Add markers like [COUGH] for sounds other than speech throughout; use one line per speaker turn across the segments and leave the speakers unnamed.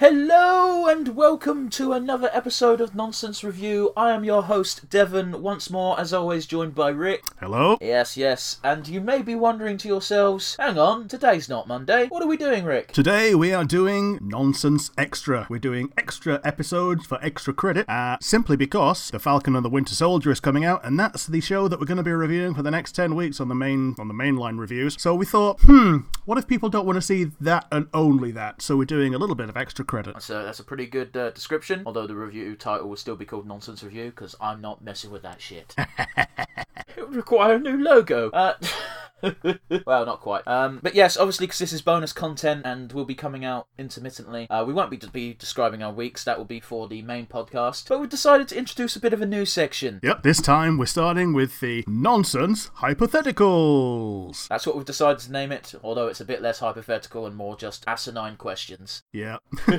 Hello and welcome to another episode of Nonsense Review. I am your host, Devon, once more, as always, joined by Rick.
Hello?
Yes, yes, and you may be wondering to yourselves, hang on, today's not Monday. What are we doing, Rick?
Today we are doing Nonsense Extra. We're doing extra episodes for extra credit uh, simply because The Falcon and the Winter Soldier is coming out and that's the show that we're going to be reviewing for the next 10 weeks on the main on the mainline reviews. So we thought, hmm, what if people don't want to see that and only that? So we're doing a little bit of extra credit.
So that's a pretty good uh, description, although the review title will still be called Nonsense Review because I'm not messing with that shit. it would require a new logo. Uh, [LAUGHS] well, not quite. Um, but yes, obviously, because this is bonus content and will be coming out intermittently, uh, we won't be, be describing our weeks. That will be for the main podcast. But we've decided to introduce a bit of a new section.
Yep, this time we're starting with the Nonsense Hypotheticals.
That's what we've decided to name it, although it's a bit less hypothetical and more just asinine questions.
Yep. [LAUGHS]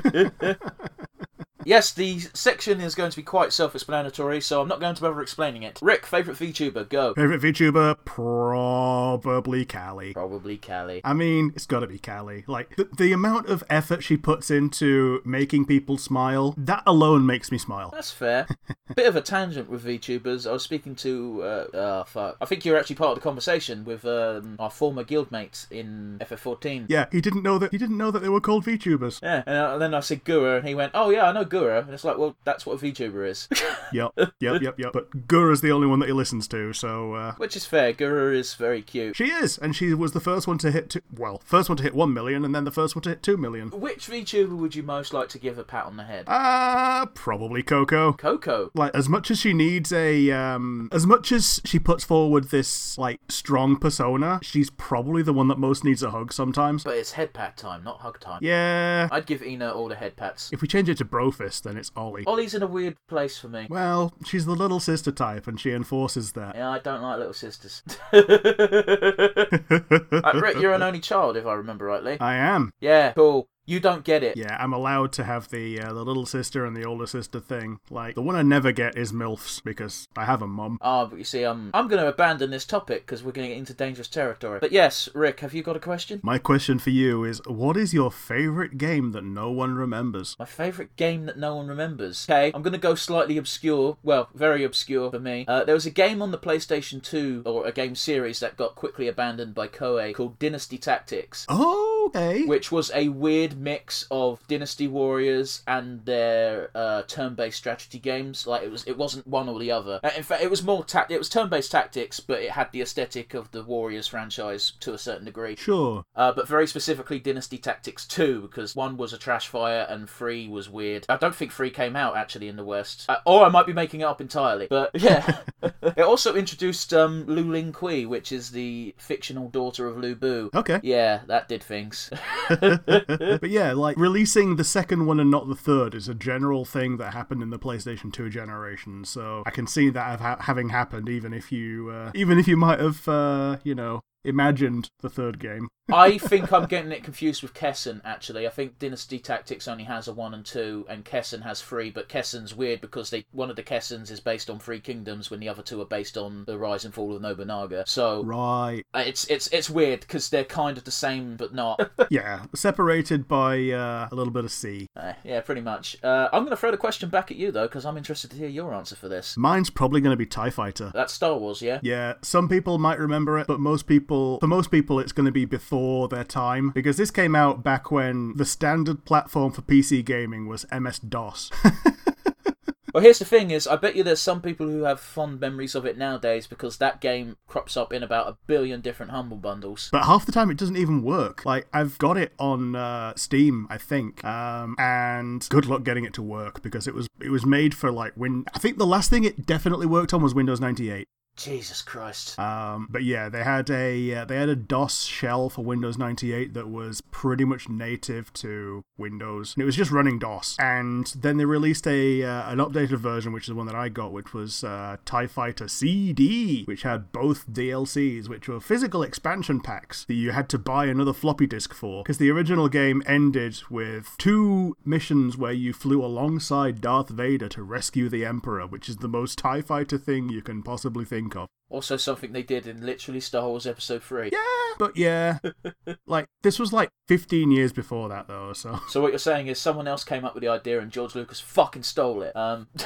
Yes, the section is going to be quite self explanatory, so I'm not going to bother explaining it. Rick, favourite VTuber, go.
Favorite VTuber? Probably Callie.
Probably Callie.
I mean, it's got to be Callie. Like the, the amount of effort she puts into making people smile, that alone makes me smile.
That's
[LAUGHS]
fair. Bit of a tangent with VTubers. I was speaking to, uh, oh fuck. I think you were actually part of the conversation with um, our former guildmate in FF14.
Yeah, he didn't know that he didn't know that they were called VTubers.
Yeah, and, uh, then I said Gura, and he went, "Oh yeah, I know Gura." And it's like, well, that's what a VTuber
[LAUGHS]
is,
Yep, yep, yep, yep. But Gura's the only one that he listens to, so uh,
which is fair. Gura is very cute.
she is, and she was the first one to hit two, well, first one to hit one million, and then the first one to hit two million.
Which VTuber would you most like to give a pat on the head?
Ah, probably Coco.
Coco.
like as much as she needs a um as much as she puts forward this like strong persona she's probably the one that most needs a hug sometimes
But it's head pat time, not hug time.
yeah
I'd give Ina all the head pats.
if we change it to brofist then it's ollie
Ollie's in a weird place for me.
well she's the little sister type and she enforces that
Yeah, I don't like little
[LAUGHS]
sisters. uh, Rick, you're an only child, if I remember rightly.
i am
Yeah, cool. You don't get it.
Uh, yeah i'm allowed to have the uh, the little sister and the older sister thing like the one i never get is milfs because i have a mum
Ah, but you see, um, I'm going to abandon this topic because we're going to get into dangerous territory. But yes, Rick, have you got a question?
my question for you is what is your favorite game that no one remembers
My favourite game that no one remembers. Okay, I'm going to go slightly obscure. Well, very obscure for me. Uh, there was a game on the PlayStation 2, or a game series that got quickly abandoned by Koei called Dynasty Tactics.
okay
which was a weird mix of Dynasty Warriors and their uh, turn-based strategy games. Like it was, it wasn't one or the other. Uh, In fact, it was more tact. It was turn-based tactics, but it had the aesthetic of the Warriors franchise to a certain degree.
sure
Uh, but very specifically, Dynasty Tactics 2, because one was a trash fire and three was weird. I don't think three came out actually in the West, uh, or I might be making it up entirely. But [LAUGHS] yeah, it also introduced um, Lu Ling Kui, which is the fictional daughter of Lu Bu.
okay
Yeah, that did things.
[LAUGHS] but yeah, like releasing the second one and not the third is a general thing that happened in the PlayStation 2 generation. So I can see that have ha- having happened, even if you, uh, even if you might have, uh, you know, imagined the third game.
I think I'm getting it confused with Kessen, actually. I think Dynasty Tactics only has a 1 and 2, and Kessen has 3, but Kessen's weird because they one of the Kessens is based on Three Kingdoms when the other two are based on the rise and fall of Nobunaga. So
Right.
uh, it's it's it's weird because they're kind of the same but not.
Yeah. Separated by uh, a little bit of sea.
Uh, yeah, pretty much. Uh, I'm going to throw the question back at you, though, because I'm interested to hear your answer for this.
Mine's probably going to be Tie Fighter.
That's Star Wars, yeah?
Yeah, some people might remember it, but most people, for most people, it's going to be before their time because this came out back when the standard platform for PC gaming was MS DOS. [LAUGHS]
Well, here's the thing: is I bet you there's some people who have fond memories of it nowadays because that game crops up in about a billion different humble bundles.
But half the time it doesn't even work. Like I've got it on uh, Steam, I think, um, and good luck getting it to work because it was it was made for like Win. I think the last thing it definitely worked on was Windows 98.
Jesus Christ!
Um, but yeah, they had a uh, they had a DOS shell for Windows 98 that was pretty much native to Windows, and it was just running DOS. And then they released a uh, an updated version, which is the one that I got, which was uh, Tie Fighter CD, which had both DLCs, which were physical expansion packs that you had to buy another floppy disk for, because the original game ended with two missions where you flew alongside Darth Vader to rescue the Emperor, which is the most Tie Fighter thing you can possibly think think of.
Also, something they did in literally Star Wars Episode 3.
Yeah, but yeah, like this was like 15 years before that though, so
So, what you're saying is someone else came up with the idea and George Lucas fucking stole it. Um, [LAUGHS]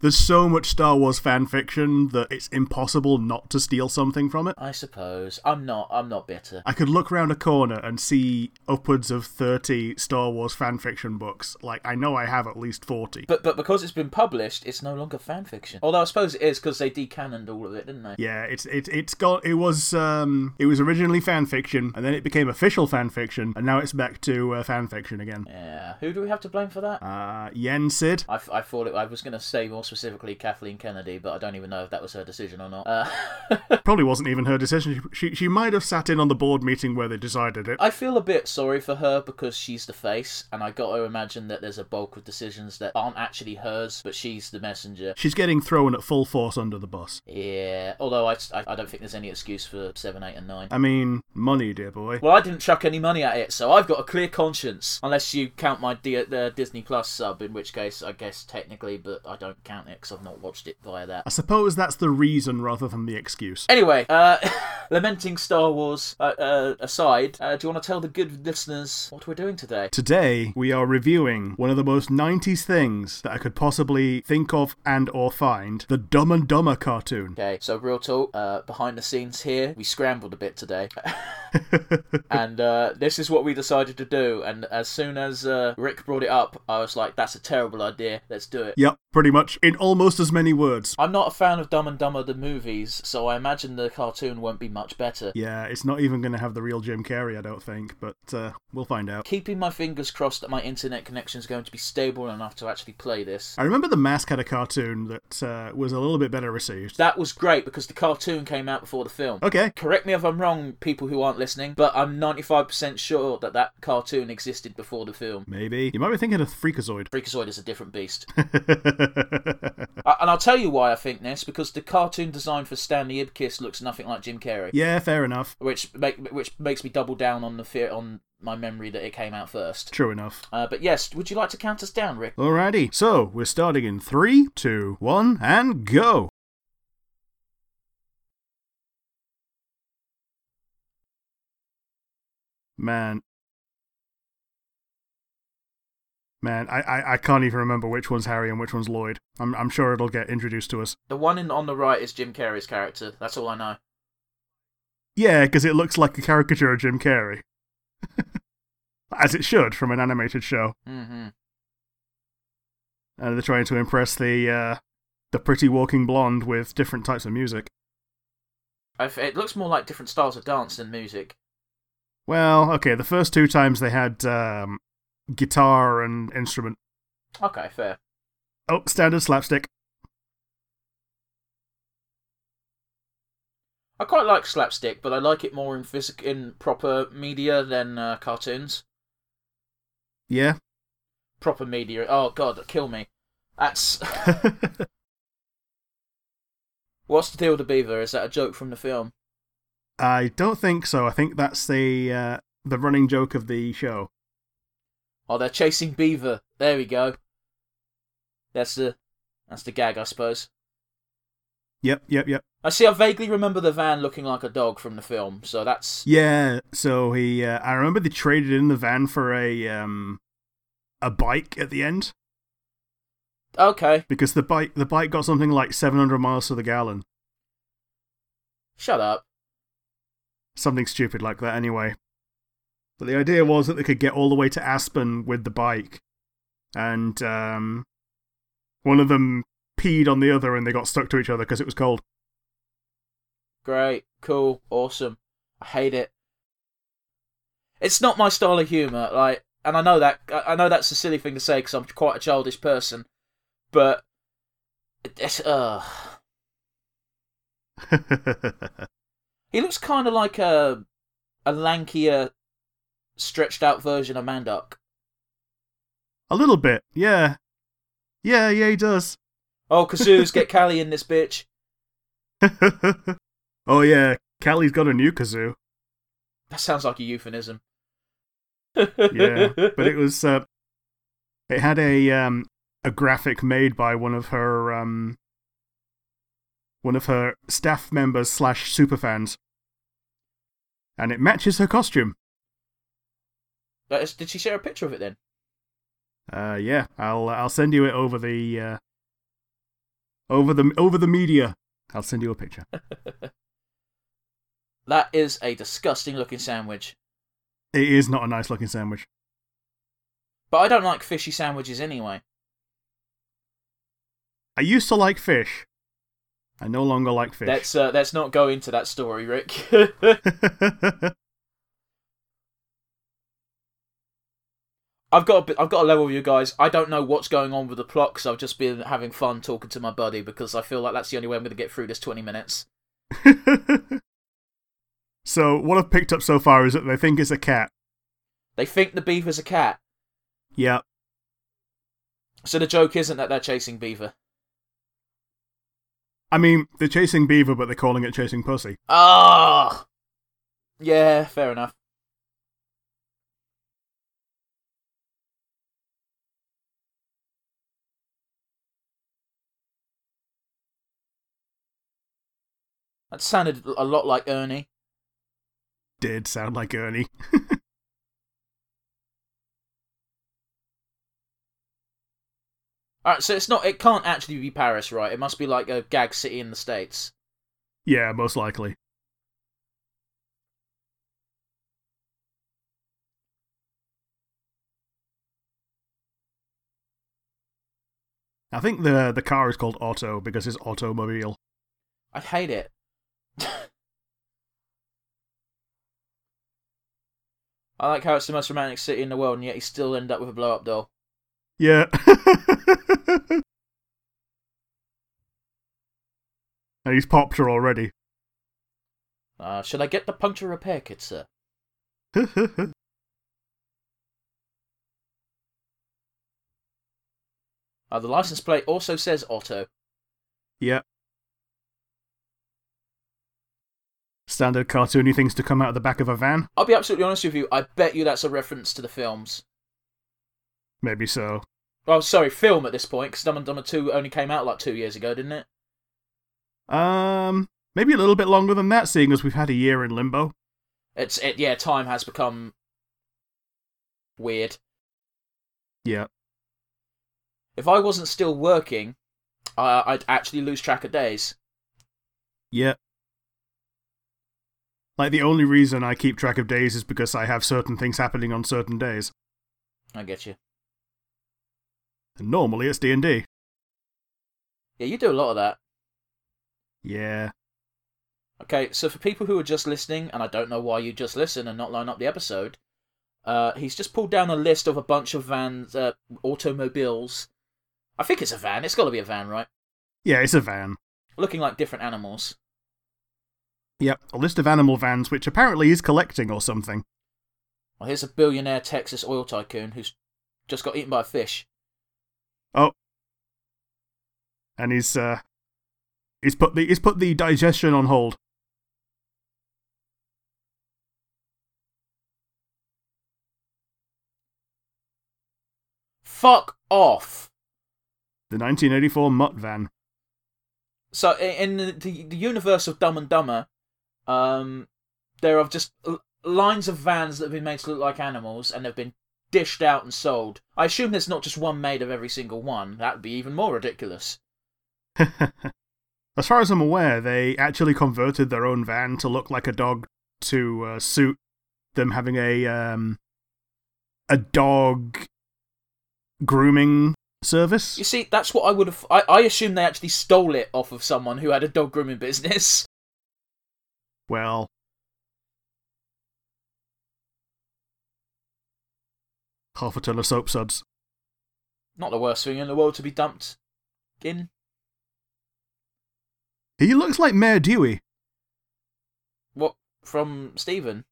there's so much Star Wars fan fiction that it's impossible not to steal something from it.
I suppose. I'm not. I'm not bitter.
I could look round a corner and see upwards of 30 Star Wars fan fiction books. Like I know I have at least 40.
But but because it's been published, it's no longer fan fiction. Although I suppose it is because they decanoned all of it, didn't they?
Yeah, it's it's it's got it was um it was originally fan fiction and then it became official fan fiction and now it's back to uh, fan fiction again.
Yeah. Who do we have to blame for that?
Uh, Yen Sid.
I, I thought it, I was going to say more specifically Kathleen Kennedy, but I don't even know if that was her decision or not. Uh, [LAUGHS]
Probably wasn't even her decision. She, she she might have sat in on the board meeting where they decided it.
I feel a bit sorry for her because she's the face, and I got to imagine that there's a bulk of decisions that aren't actually hers, but she's the messenger.
She's getting thrown at full force under the bus.
Yeah. Although I, I, I don't think there's any excuse for seven, eight, and nine.
I mean, money, dear boy.
Well, I didn't chuck any money at it, so I've got a clear conscience. Unless you count my D- uh, Disney Plus sub, in which case I guess technically, but I don't count it because I've not watched it via that.
I suppose that's the reason rather than the excuse.
Anyway, uh, [LAUGHS] lamenting Star Wars uh, uh, aside, uh, do you want to tell the good listeners what we're doing today?
Today we are reviewing one of the most 90s things that I could possibly think of and or find, the Dumb and Dumber cartoon.
Okay, so real talk, uh, behind the scenes here, we scrambled a bit
[LAUGHS]
today. and uh, this is what we decided to do. And as soon as uh, Rick brought it up, I was like, that's a terrible idea. Let's do it.
Yep, pretty much in almost as many words.
I'm not a fan of Dumb and Dumber the movies, so I imagine the cartoon won't be much better.
Yeah, it's not even going to have the real Jim Carrey, I don't think, but uh, we'll find out.
Keeping my fingers crossed that my internet connection is going to be stable enough to actually play this.
I remember The Mask had a cartoon that uh, was a little bit better received.
That was great because the cartoon came out before the film.
Okay,
Correct me if I'm wrong, people who aren't listening, but I'm 95% sure that that cartoon existed before the film.
maybe. You might be thinking of Freakazoid. [LAUGHS]
Freakazoid is a different beast. [LAUGHS] Uh, and I'll tell you why I think this because the cartoon design for Stanley Ibkiss looks nothing like Jim Carrey,
yeah, fair enough.
which make, which makes me double down on the fear on my memory that it came out first.
True enough.
Uh, but yes, would you like to count us down, Rick?
Alrighty, so we're starting in three, two, one, and go! Man. Man, I, I, I can't even remember which one's Harry and which one's Lloyd. I'm, I'm sure it'll get introduced to us.
The one in, on the right is Jim Carrey's character. That's all I know.
Yeah, because it looks like a caricature of Jim Carrey. [LAUGHS] As it should from an animated show.
hmm
and uh, they're trying to impress the uh, the pretty walking blonde with different types of music.
I've, it looks more like different styles of dance than music.
Well, okay, the first two times they had um, guitar and instrument.
Okay, fair.
Oh, standard slapstick.
I quite like slapstick, but I like it more in physic in proper media than uh, cartoons.
Yeah. [LAUGHS]
Proper media. Oh god, kill me. That's [LAUGHS] what's the deal with the beaver? Is that a joke from the film?
I don't think so. I think that's the uh, the running joke of the show.
Oh, they're chasing beaver. There we go. That's the that's the gag, I suppose.
Yep, yep, yep.
I see. I vaguely remember the van looking like a dog from the film, so that's
Yeah. So he, uh, I remember they traded in the van for a um, a bike at the end
okay.
because the bike the bike got something like seven hundred miles to the gallon,
Shut up.
something stupid like that anyway. But the idea was that they could get all the way to Aspen with the bike, and um, one of them peed on the other, and they got stuck to each other because it was cold. [LAUGHS]
Great, cool, awesome. I hate it. It's not my style of humor, like, and I know that I I know that's a silly thing to say because I'm quite a childish person, but it's uh He looks kind of like a a lankier, stretched out version of Mandoc.
A little bit, yeah, yeah, yeah, he does. [LAUGHS]
Oh, Kazoos, get Callie in this bitch.
oh yeah, Callie's got a new kazoo.
That sounds like a euphemism.
Yeah,
[LAUGHS]
but it was uh, it had a um a graphic made by one of her um one of her staff members slash superfans, and it matches her costume.
That is, did she share a picture of it then?
Uh, yeah, I'll I'll send you it over the uh, over the over the media. I'll send you a picture.
That is a disgusting looking sandwich.
It is not a nice looking sandwich.
But I don't like fishy sandwiches anyway.
I used to like fish. I no longer like fish.
Let's uh, let's not go into that story, Rick. [LAUGHS]
[LAUGHS]
I've got a bit, I've got a level with you guys. I don't know what's going on with the plot because I've just been having fun talking to my buddy because I feel like that's the only way I'm going to get through this 20 minutes.
[LAUGHS] so what I've picked up so far is that they think it's a cat.
They think the beaver's a cat,
Yep.
so the joke isn't that they're chasing beaver.
I mean, they're chasing beaver, but they're calling it chasing pussy.
Ah, yeah, fair enough. That sounded a lot like Ernie.
Did sound like Ernie.
All right, so it's not. It can't actually be Paris, right? It must be like a gag city in the states.
Yeah, most likely. I think the the car is called Auto because it's automobile.
I hate it. I like how it's the most romantic city in the world, and yet you still end up with a blow up doll.
Yeah. [LAUGHS] and he's popped her already.
Uh, should I get the puncture repair kit, sir? Uh, the license plate also says Otto.
yeah. Standard cartoony things to come out of the back of a van?
I'll be absolutely honest with you. I bet you that's a reference to the films.
Maybe so.
Well, sorry, film at this point, because Dumb and Dumber Two only came out like two years ago, didn't it?
Um, maybe a little bit longer than that, seeing as we've had a year in limbo.
It's it. Yeah, time has become weird.
Yeah.
If I wasn't still working, I, I'd actually lose track of days.
Yeah. Like the only reason I keep track of days is because I have certain things happening on certain days.
I get you.
And normally it's D and D.
Yeah, you do a lot of that.
Yeah.
Okay, so for people who are just listening, and I don't know why you just listen and not line up the episode, uh, he's just pulled down a list of a bunch of vans, uh, automobiles. I think it's a van. It's got to be a van, right?
Yeah, it's a van.
Looking like different animals.
Yep. A list of animal vans which apparently he's collecting or something.
Well, here's a billionaire Texas oil tycoon who's just got eaten by a fish.
And he's uh he's put the he's put the digestion on hold.
Fuck off.
The nineteen eighty four Mutt van.
so i- in the, the the universe of Dumb and Dumber, um, there are just l- lines of vans that have been made to look like animals and they've been dished out and sold. I assume there's not just one made of every single one. That would be even more ridiculous.
As far as I'm aware, they actually converted their own van to look like a dog to uh, suit them having a um, a dog grooming service.
You see, that's what I would have. I, I assume they actually stole it off of someone who had a dog grooming business. [LAUGHS]
Well, half a ton of soap suds.
Not the worst thing in the world to be dumped in.
He looks like Mayor Dewey.
What from Steven?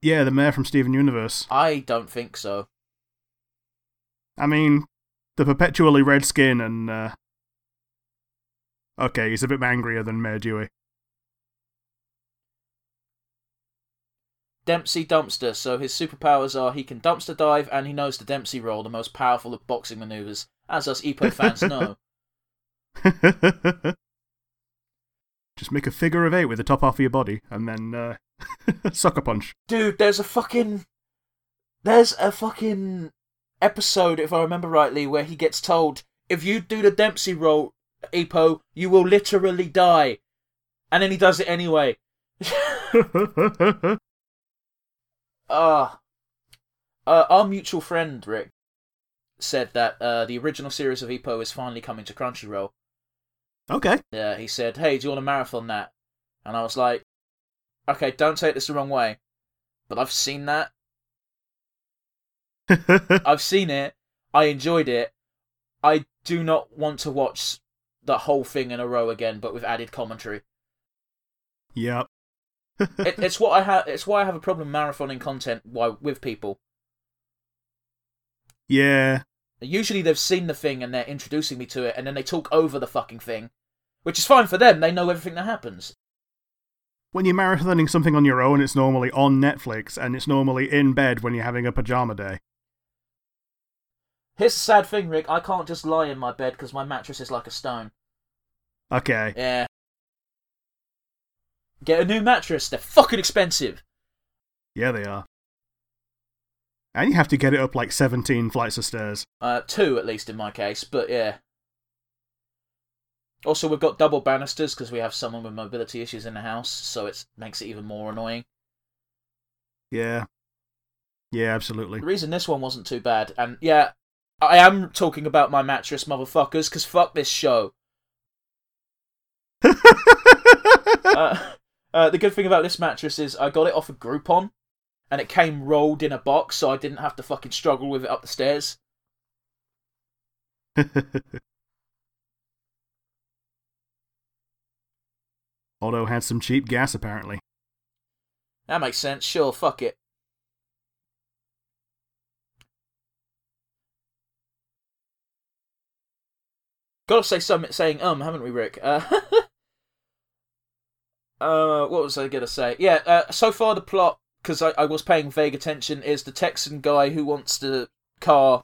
Yeah, the mayor from Steven Universe.
I don't think so.
I mean, the perpetually red skin and. Uh... Okay, he's a bit angrier than Mayor Dewey.
Dempsey dumpster. So his superpowers are he can dumpster dive and he knows the Dempsey roll, the most powerful of boxing maneuvers, as us Epo fans know.
[LAUGHS] Just make a figure of eight with the top half of your body, and then uh, [LAUGHS] sucker punch. [LAUGHS]
Dude, there's a fucking. There's a fucking episode, if I remember rightly, where he gets told if you do the Dempsey roll, Epo, you will literally die. And then he does it anyway. Ah. Uh, our mutual friend, Rick, said that uh, the original series of Epo is finally coming to Crunchyroll.
okay. [LAUGHS]
Yeah, he said, "Hey, do you want to marathon that?" And I was like, "Okay, don't take this the wrong way, but I've seen that. I've seen it. I enjoyed it. I do not want to watch the whole thing in a row again, but with added commentary.
yep.
It, it's what I have. It's why I have a problem marathoning content why, with people.
Yeah.
Usually, they've seen the thing and they're introducing me to it, and then they talk over the fucking thing, which is fine for them. They know everything that happens.
When you're marathoning something on your own, it's normally on Netflix, and it's normally in bed when you're having a pajama day.
Here's the sad thing, Rick. I can't just lie in my bed because my mattress is like a stone.
Okay.
Yeah. Get a new mattress. They're fucking expensive.
Yeah, they are. And you have to get it up like 17 flights of stairs.
Uh, two at least in my case, but yeah. Also, we've got double banisters because we have someone with mobility issues in the house, so it makes it even more annoying.
Yeah. Yeah, absolutely. [LAUGHS]
The reason this one wasn't too bad, and yeah, I am talking about my mattress, motherfuckers, because fuck this show. uh, [LAUGHS] uh, the good thing about this mattress is I got it off a of Groupon, and it came rolled in a box, so I didn't have to fucking struggle with it up the stairs.
[LAUGHS] Otto had some cheap gas, apparently.
That makes sense. Sure, fuck it. Gotta say some saying um, haven't we, Rick? Uh, [LAUGHS] uh, what was I gonna say? Yeah, uh, so far the plot, because I, I was paying vague attention, is the Texan guy who wants the car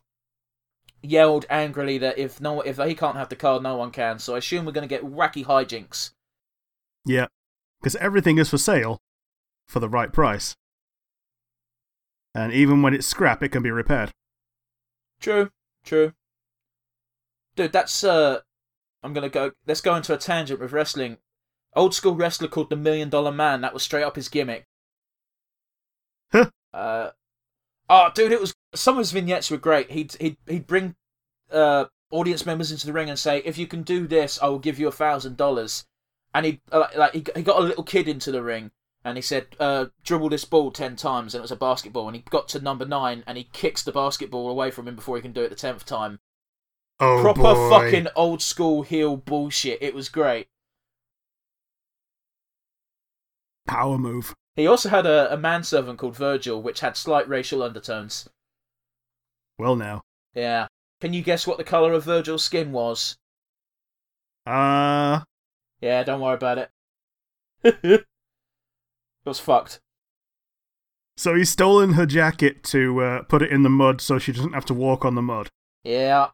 yelled angrily that if no if he can't have the car, no one can. So I assume we're gonna get wacky hijinks.
Yeah. Because everything is for sale for the right price. And even when it's scrap, it can be repaired.
True, true. Dude, that's uh I'm gonna go let's go into a tangent with wrestling. Old school wrestler called the Million Dollar Man, that was straight up his gimmick.
Huh.
Uh Oh dude, it was some of his vignettes were great. He'd he'd he'd bring uh audience members into the ring and say, If you can do this, I will give you a thousand dollars and he uh, like he, he got a little kid into the ring and he said uh, dribble this ball 10 times and it was a basketball and he got to number 9 and he kicks the basketball away from him before he can do it the 10th time
Oh,
proper fucking old school heel bullshit. It was great.
power move.
He also had a, a manservant called Virgil, which had slight racial undertones.
Well, now.
Yeah. Can you guess what the colour of Virgil's skin was?
Uh,
Yeah, don't worry about it. [LAUGHS] it was fucked.
so he's stolen her jacket to uh, put it in the mud so she doesn't have to walk on the mud
Yeah.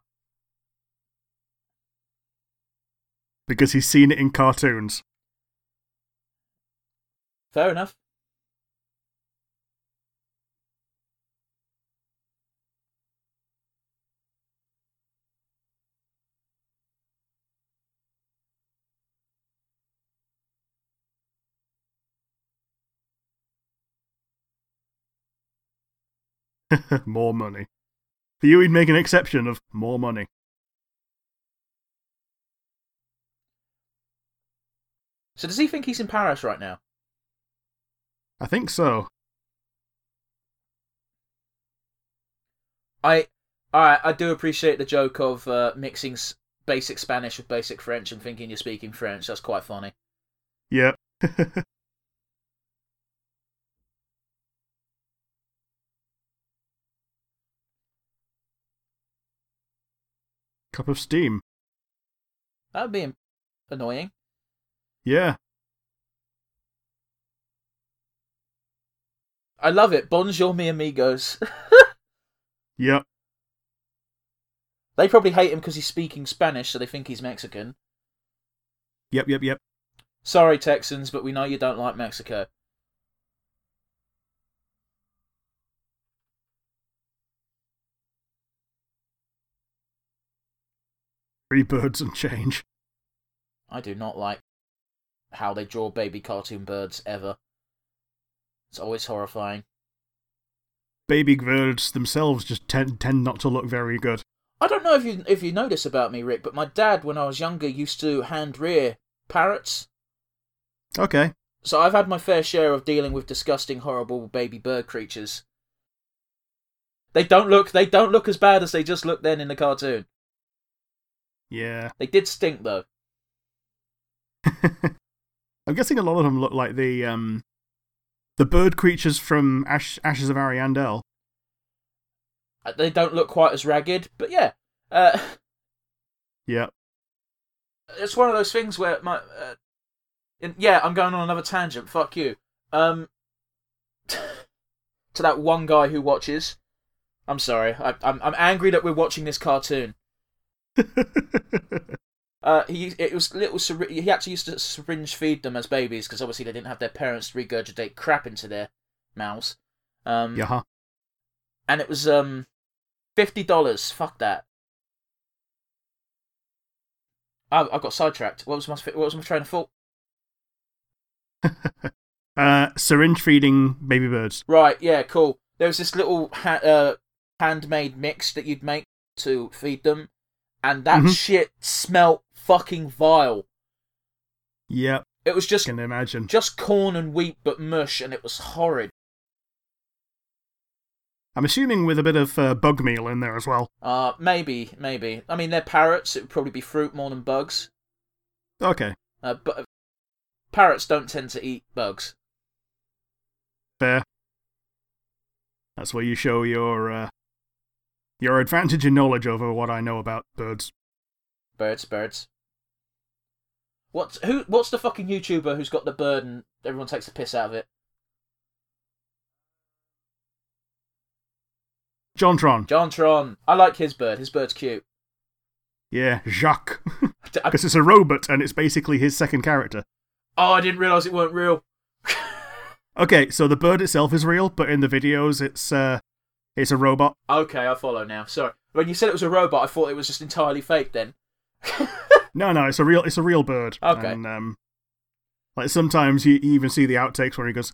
because he's seen it in cartoons. [LAUGHS]
Fair enough.
more money. For you, he'd make an exception of more money.
So does he think he's in Paris right now?
I think so.
I I I do appreciate the joke of uh, mixing s- basic Spanish with basic French and thinking you're speaking French. That's quite funny.
Yeah. [LAUGHS] Cup of steam.
That would be annoying.
Yeah.
I love it. Bonjour, mi amigos. [LAUGHS]
Yep.
They probably hate him because he's speaking Spanish, so they think he's Mexican.
Yep. Yep. Yep.
Sorry, Texans, but we know you don't like Mexico.
Three birds and change.
I do not like how they draw baby cartoon birds ever. It's always horrifying.
Baby birds themselves just tend, tend not to look very good.
I don't know if you if you know this about me, Rick, but my dad, when I was younger, used to hand rear parrots.
Okay.
So I've had my fair share of dealing with disgusting, horrible baby bird creatures. They don't look they don't look as bad as they just looked then in the cartoon.
Yeah.
They did stink though.
I'm guessing a lot of them look like the um, the bird creatures from Ash- Ashes of Ariandel.
Uh, They don't look quite as ragged, but yeah. Uh, [LAUGHS]
[LAUGHS] Yeah.
it's one of those things where my uh, and yeah i'm going on another tangent fuck you um [LAUGHS] to that one guy who watches i'm sorry I, I'm, I'm angry that we're watching this cartoon uh he it was little syri- he actually used to syringe feed them as babies because obviously they didn't have their parents regurgitate crap into their mouths um
yeah.
and it was um fifty dollars. Fuck that. I I got sidetracked. What was my what was my train of thought?
Uh, syringe feeding baby birds.
Right, yeah, cool. There was this little ha- uh, handmade mix that you'd make to feed them, and that
Mhm.
shit smelt fucking vile.
Yep.
It was just
Can imagine.
just corn and wheat, but mush, and it was horrid.
I'm assuming with a bit of uh, bug meal in there as well.
Uh, maybe, maybe. I mean, they're parrots. It would probably be fruit more than bugs.
Okay.
Uh, but parrots don't tend to eat bugs.
Fair. That's where you show your uh, your advantage and knowledge over what I know about birds.
Birds, birds. What's who? What's the fucking YouTuber who's got the bird and everyone takes the piss out of it?
Jontron.
John Tron. I like his bird. His bird's cute.
Yeah, Jacques.
D- I-
Because it's a robot and it's basically his second character.
oh, I didn't realize it weren't real.
Okay, so the bird itself is real, but in the videos, it's uh, it's a robot.
Okay, I follow now. Sorry. When you said it was a robot, I thought it was just entirely fake. Then. [LAUGHS]
No, no, it's a real, it's a real bird.
Okay.
And, um, like sometimes you even see the outtakes where he goes,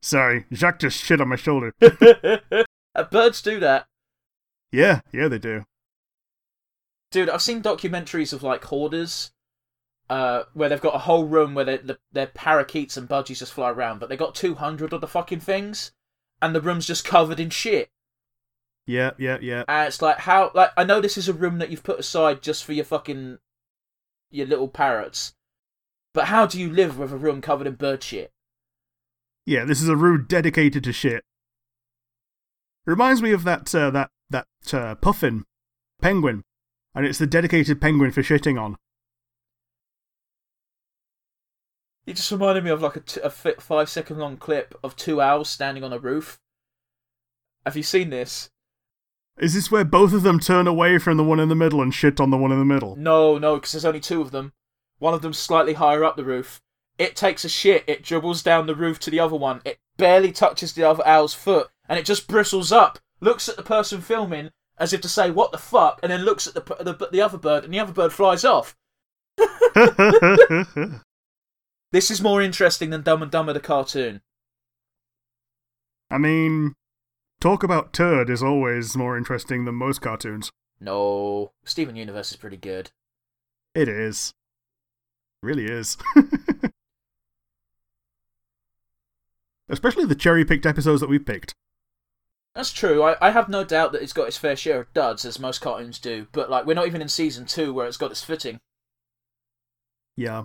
"Sorry, Jacques just shit on my shoulder."
Uh, birds do that,
yeah, yeah, they do.
dude. I've seen documentaries of like hoarders, uh, where they've got a whole room where they, the, their parakeets and budgies just fly around, but they got two hundred of the fucking things, and the room's just covered in shit.
Yeah, yeah, yeah.
And it's like how like I know this is a room that you've put aside just for your fucking your little parrots. But how do you live with a room covered in bird shit?
Yeah, this is a room dedicated to shit. Reminds me of that uh, that that uh, puffin penguin, and it's the dedicated penguin for shitting on.
It just reminded me of like a, t- a fi- five second long clip of two owls standing on a roof. Have you seen this?
Is this where both of them turn away from the one in the middle and shit on the one in
[LAUGHS]
the middle?
No, no, because there's only two of them. One of them's slightly higher up the roof. It takes a shit, it dribbles down the roof to the other one, it barely touches the other owl's foot, and it just bristles up, looks at the person filming as if to say, what the fuck, and then looks at the, p- the, the other bird, and the other bird flies off.
I
This is more interesting than Dumb and Dumber the cartoon.
mean, talk about turd is always more interesting than most cartoons.
No, Steven Universe is pretty good.
It is. Really is. [LAUGHS] Especially the cherry picked episodes that we picked.
That's true. I, I have no doubt that it's got its fair share of duds, as most cartoons do, but like we're not even in season two where it's got its footing.
Yeah.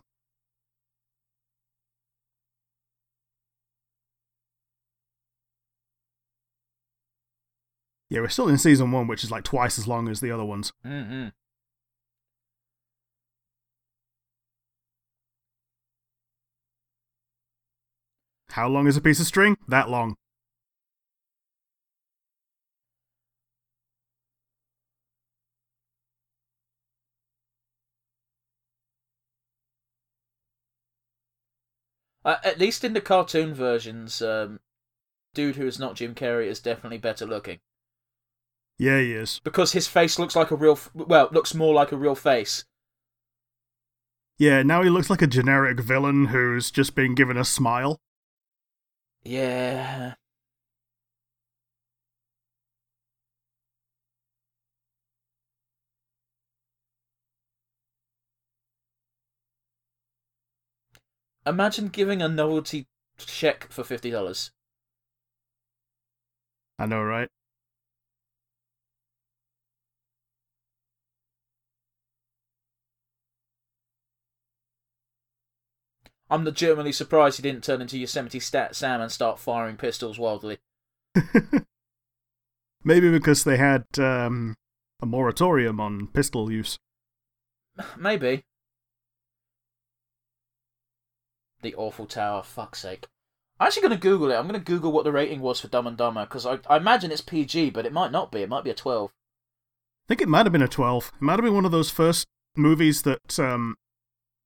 Yeah, we're still in season one, which is like twice as long as the other ones.
Mm-hmm.
How long is a piece of string? That long.
Uh, at least in the cartoon versions, um, dude who is not Jim Carrey is definitely better looking
Yeah, he is.
because his face looks like a real. F- well, looks more like a real face.
Yeah, now he looks like a generic villain who's just been given a smile.
Yeah. Imagine giving a novelty check for fifty dollars.
I know, right? [LAUGHS]
I'm legitimately surprised he didn't turn into Yosemite Stat Sam and start firing pistols wildly.
Maybe because they had um, a moratorium on pistol use.
Maybe. The awful tower, fuck's sake. I'm actually going to Google it. I'm going to Google what the rating was for Dumb and Dumber because I, I imagine it's PG, but it might not be. It might be a 12.
I think it might have been a 12. It might have been one of those first movies that um,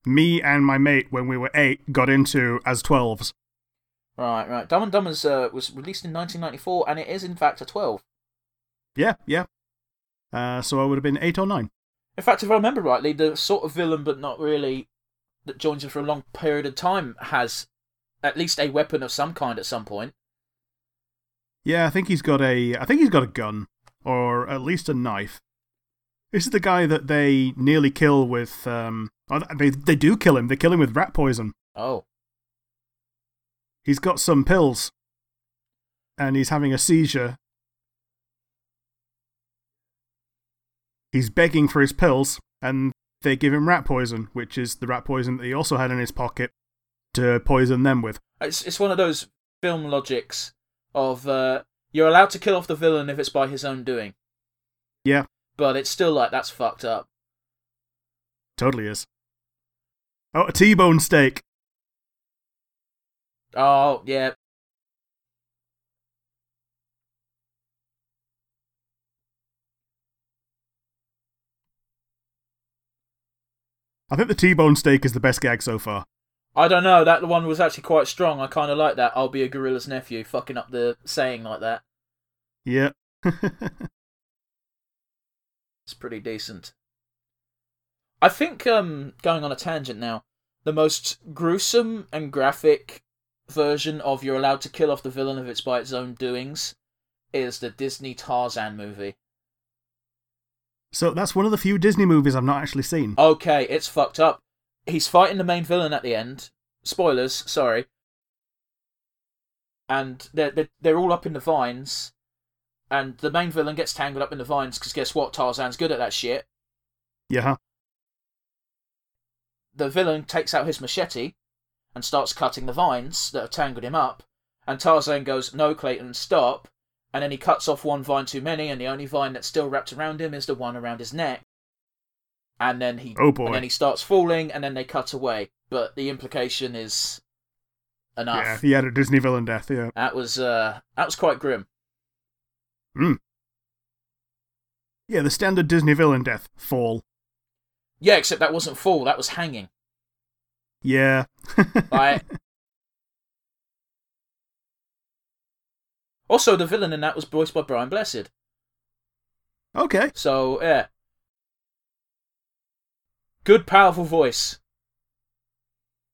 me and my mate, when we were eight, got into as 12s.
Right, right. Dumb and Dumber's uh, was released in 1994, and it is in fact a 12.
Yeah, yeah. Uh, so I would have been eight or nine.
In fact, if I remember rightly, the sort of villain, but not really, that joins him for a long period of time has at least a weapon of some kind at some point.
Yeah, I think he's got a. I think he's got a gun, or at least a knife. This is the guy that they nearly kill with. Um, oh, they they do kill him. They kill him with rat poison.
Oh,
He's got some pills, and he's having a seizure. He's begging for his pills, and they give him rat poison, which is the rat poison that he also had in his pocket to poison them with.
It's it's one of those film logics of uh, you're allowed to kill off the villain if it's by his own doing,
Yeah,
but it's still like that's fucked up.
totally is. Oh, a T-bone steak.
Oh yeah,
I think the T-bone steak is the best gag so far.
I don't know. That one was actually quite strong. I kind of like that. I'll be a gorilla's nephew, fucking up the saying like that.
Yeah. [LAUGHS]
It's pretty decent. I think um, going on a tangent now, the most gruesome and graphic version of you're allowed to kill off the villain if it's by its own doings is the Disney Tarzan movie.
so that's one of the few Disney movies I've not actually seen.
Okay, it's fucked up. He's fighting the main villain at the end. Spoilers, sorry. And they're, they're, they're all up in the vines. And the main villain gets tangled up in the vines because guess what? Tarzan's good at that shit.
Yeah.
The villain takes out his machete and starts cutting the vines that have tangled him up. And Tarzan goes, No, Clayton, stop. And then he cuts off one vine too many, and the only vine that's still wrapped around him is the one around his neck. And then he
Oh boy.
and then he starts falling, and then they cut away. But the implication is enough.
Yeah, he had a Disney villain death, yeah.
That was uh, that was quite grim.
Mm. Yeah, the standard Disney villain death. Fall.
Yeah, except that wasn't fall; that was hanging.
Yeah.
Right.
[LAUGHS]
also, the villain in that was voiced by Brian Blessed.
okay.
So yeah, good, powerful voice.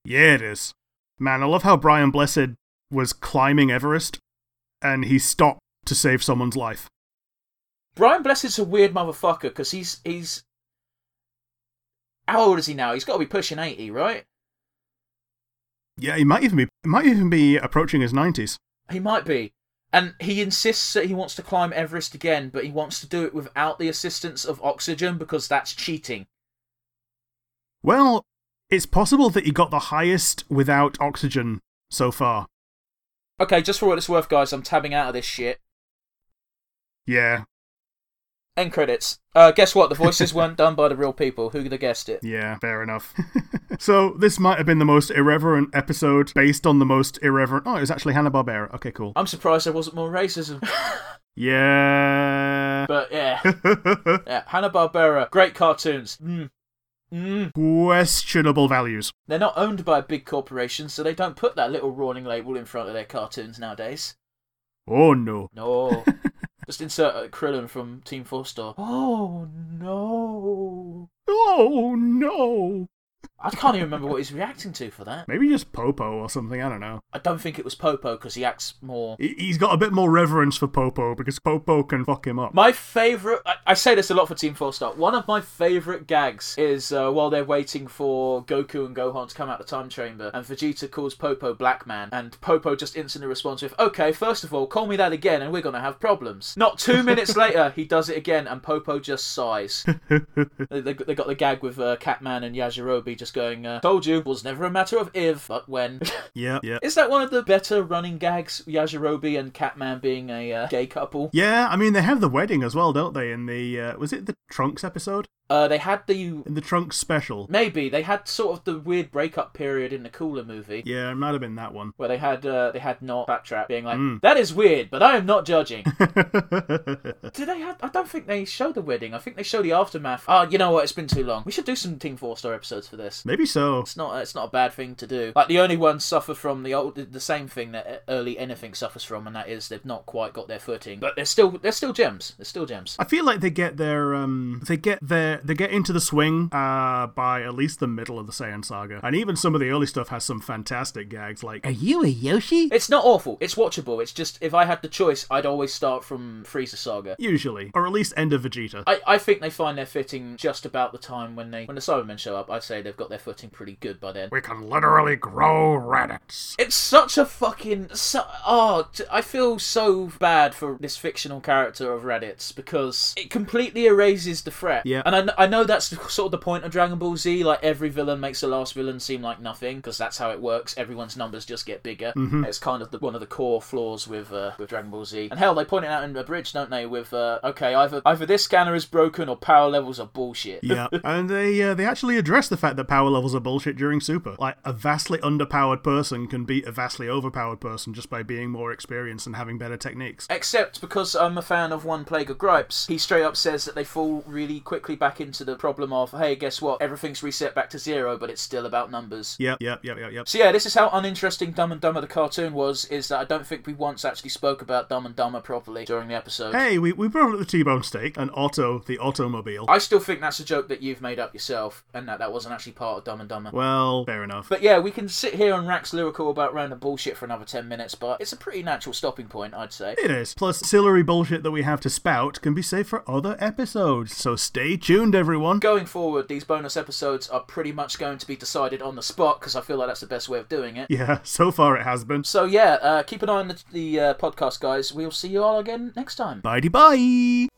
Yeah, it is. Man, I love how Brian Blessed was climbing Everest and he stopped to save someone's life.
Brian Blessed's a weird motherfucker because he's he's. How old is he now? He's got to be pushing eighty, right?
Yeah, he might even be might even be approaching his 90s.
He might be. And he insists that he wants to climb Everest again, but he wants to do it without the assistance of oxygen because that's cheating.
Well, it's possible that he got the highest without oxygen so far.
Okay, just for what it's worth, guys, I'm tabbing out of this shit.
Yeah,
End credits. Uh, guess what? The voices weren't done by the real people. Who could have guessed it?
Yeah, fair enough. [LAUGHS] so this might have been the most irreverent episode based on the most irreverent. Oh, it was actually Hanna Barbera. Okay, cool.
I'm surprised there wasn't more racism.
Yeah.
but yeah. Yeah, Hanna Barbera, great cartoons. Mm. Mm.
[LAUGHS] Questionable values.
They're not owned by a big corporation, so they don't put that little warning label in front of their cartoons nowadays.
Oh no.
[LAUGHS] No. Just insert uh, Krillin from Team Four Star. Oh no!
Oh no.
I can't even remember what he's reacting to for that.
Maybe just Popo or something. I don't know.
I don't think it was Popo because he acts more.
He- He's got a bit more reverence for Popo because Popo can fuck him up.
My favorite. I, I say this a lot for Team Four Star. One of my favorite gags is uh, while they're waiting for Goku and Gohan to come out the time chamber, and Vegeta calls Popo Black Man, and Popo just instantly responds with, "Okay, first of all, call me that again, and we're gonna have problems." Not two minutes later, he does it again, and Popo just sighs. They, they, they got the gag with uh, Catman and Yajirobe just going, uh, "Told you, was never a matter of if, but when."
yeah, yeah.
Is that one of the better running gags? Yajirobe and Catman being a uh, gay couple.
Yeah, I mean they have the wedding as well, don't they? In the uh, was it the Trunks episode?
Uh, they had the
In the Trunks special.
maybe they had sort of the weird breakup period in the Cooler movie
Yeah, it might have been that one. [LAUGHS]
where they had uh, they had not Backtrap being like, "That is weird, but I am not judging." Do they? Have, I don't think they show the wedding. I think they show the aftermath. Oh, you know what? It's been too long. We should do some Team Four Star episodes for this.
Maybe so.
It's not. It's not a bad thing to do. Like the only ones suffer from the old, the same thing that e, early anything suffers from, and that is they've not quite got their footing. But they're still they're still gems. They're still gems.
I feel like they get their um they get their they get into the swing uh by at least the middle of the Saiyan saga. And even some of the early stuff has some fantastic gags like Are you a Yoshi?
It's not awful. It's watchable. It's just if I had the choice, I'd always start from Frieza Saga.
Usually. Or at least end of Vegeta.
I, I think they find their fitting just about the time when they when the Cybermen show up. I'd say they've got their footing pretty good by then.
we can literally grow Raditz.
It's such a fucking so, oh, t- I feel so bad for this fictional character of Raditz because it completely erases the threat.
Yeah.
and I, kn- I know that's the- sort of the point of Dragon Ball Z. Like every villain makes the last villain seem like nothing because that's how it works. Everyone's numbers just get bigger. It's kind of the, one of the core flaws with uh, with Dragon Ball Z. And hell, they point it out in the bridge, don't they? With uh, okay, either either this scanner is broken or power levels are bullshit.
yeah, and they uh, they actually address the fact that power levels are bullshit during Super. Like a vastly underpowered person can beat a vastly overpowered person just by being more experienced and having better techniques.
Except because I'm a fan of One Plague of Gripes, he straight up says that they fall really quickly back into the problem of, hey, guess what? Everything's reset back to zero, but it's still about numbers.
Yep, yep, yep, yep, yep.
So yeah, this is how uninteresting Dumb and Dumber the cartoon was, is that I don't think we once actually spoke about Dumb and Dumber properly during the episode.
Hey, we, we brought up the T-bone steak and Otto the automobile.
I still think that's a joke that you've made up yourself, and that that wasn't actually part of Dumb and Dumber.
Well, fair enough.
But yeah, we can sit here and rax lyrical about random bullshit for another 10 minutes, but it's a pretty natural stopping point, I'd say.
It is. Plus, silly bullshit that we have to spout can be saved for other episodes. So stay tuned, everyone.
going forward, these bonus episodes are pretty much going to be decided on the spot because I feel like that's the best way of doing it.
Yeah, [LAUGHS] so far it has been.
So yeah, uh, keep an eye on the, the uh, podcast, guys. We'll see you all again next time.
Bye bye.